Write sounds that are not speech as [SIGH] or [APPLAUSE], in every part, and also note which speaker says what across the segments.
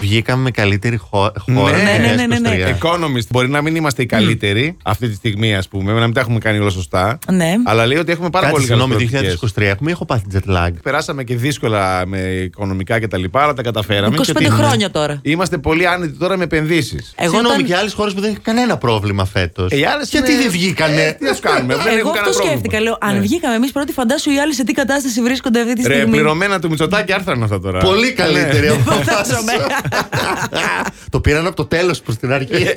Speaker 1: Βγήκαμε με καλύτερη χω- χώρα.
Speaker 2: Ναι,
Speaker 1: γενιάς
Speaker 2: ναι, ναι, ναι, ναι.
Speaker 1: 23.
Speaker 2: Economist.
Speaker 3: Ε, Μπορεί να μην είμαστε οι καλύτεροι αυτή τη στιγμή, ας πούμε, να μην τα έχουμε κάνει όλα σωστά.
Speaker 2: Ναι.
Speaker 3: Αλλά λέει ότι έχουμε πάρα
Speaker 1: Κάτσε,
Speaker 3: πολύ
Speaker 1: συγγνώμη,
Speaker 3: καλές προοπτικές.
Speaker 1: 2023 έχουμε, ή έχω πάθει jet lag.
Speaker 3: Περάσαμε και δύσκολα με οικονομικά κτλ. Αλλά τα καταφέραμε. και
Speaker 2: 25
Speaker 3: ότι
Speaker 2: χρόνια τώρα. Ε,
Speaker 3: Είμαστε πολύ άνετοι τώρα με επενδύσεις.
Speaker 2: Εγώ
Speaker 1: Συγγνώμη,
Speaker 2: όταν-
Speaker 1: και άλλες χώρες που δεν είχαν κανένα πρόβλημα φέτος.
Speaker 3: Ε, οι άλλες
Speaker 1: Γιατί
Speaker 3: είναι-
Speaker 1: δεν βγήκανε.
Speaker 3: Ε, τι να σου κάνουμε, δεν
Speaker 2: Εγώ
Speaker 3: έχουν
Speaker 2: αυτό
Speaker 3: κανένα
Speaker 2: σκέφτηκα.
Speaker 3: πρόβλημα. Ναι.
Speaker 2: Λέω, αν βγήκαμε εμείς πρώτοι, φαντάσου οι άλλοι σε τι κατάσταση βρίσκονται αυτή τη
Speaker 3: Ρε,
Speaker 2: στιγμή.
Speaker 3: πληρωμένα του Μητσοτάκη άρθρα είναι αυτά τώρα. Ναι.
Speaker 1: Πολύ καλύτερη από
Speaker 2: Φαντάζομαι.
Speaker 1: [LAUGHS] Το πήραν από το τέλος προς την αρχή.
Speaker 3: Ε,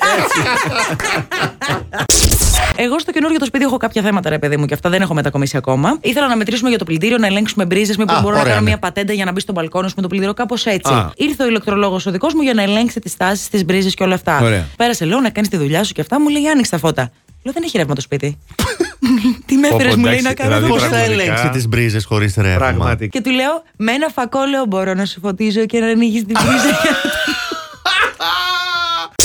Speaker 2: Εγώ στο καινούργιο το σπίτι έχω κάποια θέματα, ρε παιδί μου, και αυτά δεν έχω μετακομίσει ακόμα. Ήθελα να μετρήσουμε για το πλυντήριο, να ελέγξουμε μπρίζες, μήπως
Speaker 1: Α,
Speaker 2: μπορώ να
Speaker 1: ωραία,
Speaker 2: κάνω
Speaker 1: ναι.
Speaker 2: μια πατέντα για να μπει στο μπαλκόνο σου με το πλυντήριο, κάπως έτσι.
Speaker 3: Α.
Speaker 2: Ήρθε ο ηλεκτρολόγος ο δικός μου για να ελέγξει τις τάσεις, τις μπρίζες και όλα αυτά.
Speaker 3: Ωραία.
Speaker 2: Πέρασε, λέω, να κάνεις τη δουλειά σου και αυτά, μου λέει άνοιξε τα φώτα. Λέω, δεν έχει ρεύμα το
Speaker 3: [LAUGHS]
Speaker 2: σπίτι. τι με
Speaker 3: Πω, πω,
Speaker 2: έφερε, μου λέει
Speaker 3: εντάξει,
Speaker 2: να κάνω
Speaker 3: δηλαδή,
Speaker 2: εδώ
Speaker 1: Πώς
Speaker 2: πέρα.
Speaker 1: θα
Speaker 3: Πραγματικά.
Speaker 1: ελέγξει τις μπρίζες χωρίς ρεύμα.
Speaker 3: Πραγματικά.
Speaker 2: Και του λέω, με ένα φακό λέω μπορώ να σου φωτίζω και να ανοίγεις την πρίζα. για να το-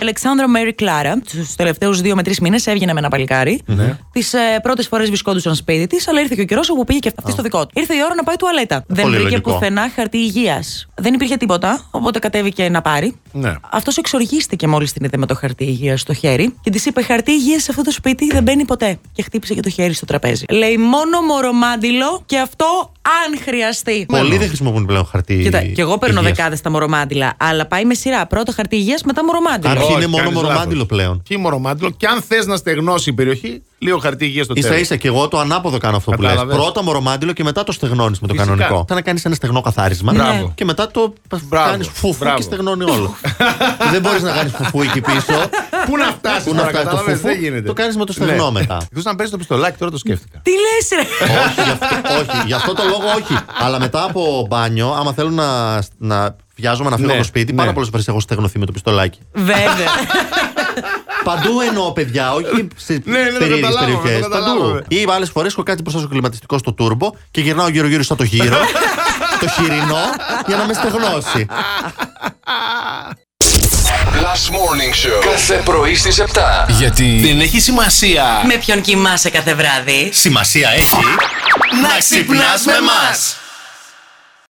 Speaker 2: Αλεξάνδρα Μέρι Κλάρα, τους τελευταίους δύο με τρεις μήνες έβγαινε με ένα παλικάρι. Ναι. Τις ε, πρώτες φορές βρισκόντουσαν σπίτι της, αλλά ήρθε και ο καιρός όπου πήγε και αυτή στο δικό του. Ήρθε η ώρα να πάει τουαλέτα. Δεν
Speaker 1: Πολύ
Speaker 2: βρήκε
Speaker 1: λογικό.
Speaker 2: πουθενά χαρτί υγείας. Δεν υπήρχε τίποτα, οπότε κατέβηκε να πάρει.
Speaker 3: Ναι.
Speaker 2: Αυτός εξοργίστηκε μόλις την είδε με το χαρτί υγείας στο χέρι και της είπε: Χαρτί υγείας σε αυτό το σπίτι δεν μπαίνει ποτέ. Και χτύπησε και το χέρι στο τραπέζι. Λέει μόνο μωρομάντιλο και αυτό αν χρειαστεί.
Speaker 1: Πολλοί δεν χρησιμοποιούν πλέον χαρτί.
Speaker 2: Κοίτα, και εγώ παίρνω
Speaker 1: υγείας.
Speaker 2: δεκάδες τα μωρομάντιλα, αλλά πάει με σειρά. Πρώτα χαρτί υγείας, μετά μωρομάντιλο.
Speaker 1: Κάποιοι
Speaker 3: Όχι,
Speaker 1: είναι μόνο
Speaker 3: κάνεις
Speaker 1: μορομάντιλο
Speaker 3: λάθος.
Speaker 1: πλέον.
Speaker 3: Ποιοι μορομάντιλο και αν θες να στεγνώσει η περιοχή, λίγο χαρτί υγείας στο τέλο.
Speaker 1: σα ίσα και εγώ το ανάποδο κάνω αυτό που λες.
Speaker 3: Κατάλαβες.
Speaker 1: Πρώτα μορομάντιλο και μετά το στεγνώνεις με το
Speaker 3: Φυσικά.
Speaker 1: κανονικό. Θα να κάνεις ένα στεγνό καθάρισμα
Speaker 3: Μπράβο.
Speaker 1: και μετά το
Speaker 3: Μπράβο.
Speaker 1: κάνεις φουφού
Speaker 3: Μπράβο.
Speaker 1: και στεγνώνει όλο. Δεν μπορείς να κάνεις φουφού εκεί πίσω.
Speaker 3: Πού να φτάσεις
Speaker 1: Πού να
Speaker 3: τώρα,
Speaker 1: φτάσεις, το
Speaker 3: κατάλαβες,
Speaker 1: φουφού,
Speaker 3: δεν γίνεται.
Speaker 1: το κάνεις με το στεγνό μετά.
Speaker 3: Εκτό αν παίρνει το πιστολάκι, τώρα το σκέφτηκα.
Speaker 2: Τι λες, ρε!
Speaker 1: όχι, γι αυτό, όχι, γι' αυτό το λόγο όχι. Αλλά μετά από μπάνιο, άμα θέλω να, να βιάζομαι να φύγω
Speaker 3: Ναι,
Speaker 1: από το σπίτι,
Speaker 3: ναι.
Speaker 1: πάρα πολλές φορές έχω στεγνωθεί με το πιστολάκι.
Speaker 2: Βέβαια.
Speaker 1: Παντού εννοώ, παιδιά, όχι σε
Speaker 3: Ναι, ναι, το
Speaker 1: περίεργες
Speaker 3: καταλάβαμε,
Speaker 1: περιοχέ.
Speaker 3: το
Speaker 1: Παντού.
Speaker 3: καταλάβαμε.
Speaker 1: Ή άλλες φορές έχω κάτι μπροστά στο κλιματιστικό στο τούρμπο και γυρνάω γύρω-γύρω σαν το γύρο, το χοιρινό, για να με στεγνώσει.
Speaker 4: Last Morning Show. Κάθε πρωί στις 7.
Speaker 5: Γιατί δεν έχει σημασία.
Speaker 2: με ποιον κοιμάσαι κάθε βράδυ.
Speaker 1: Σημασία έχει
Speaker 5: Να ξυπνάς με μας.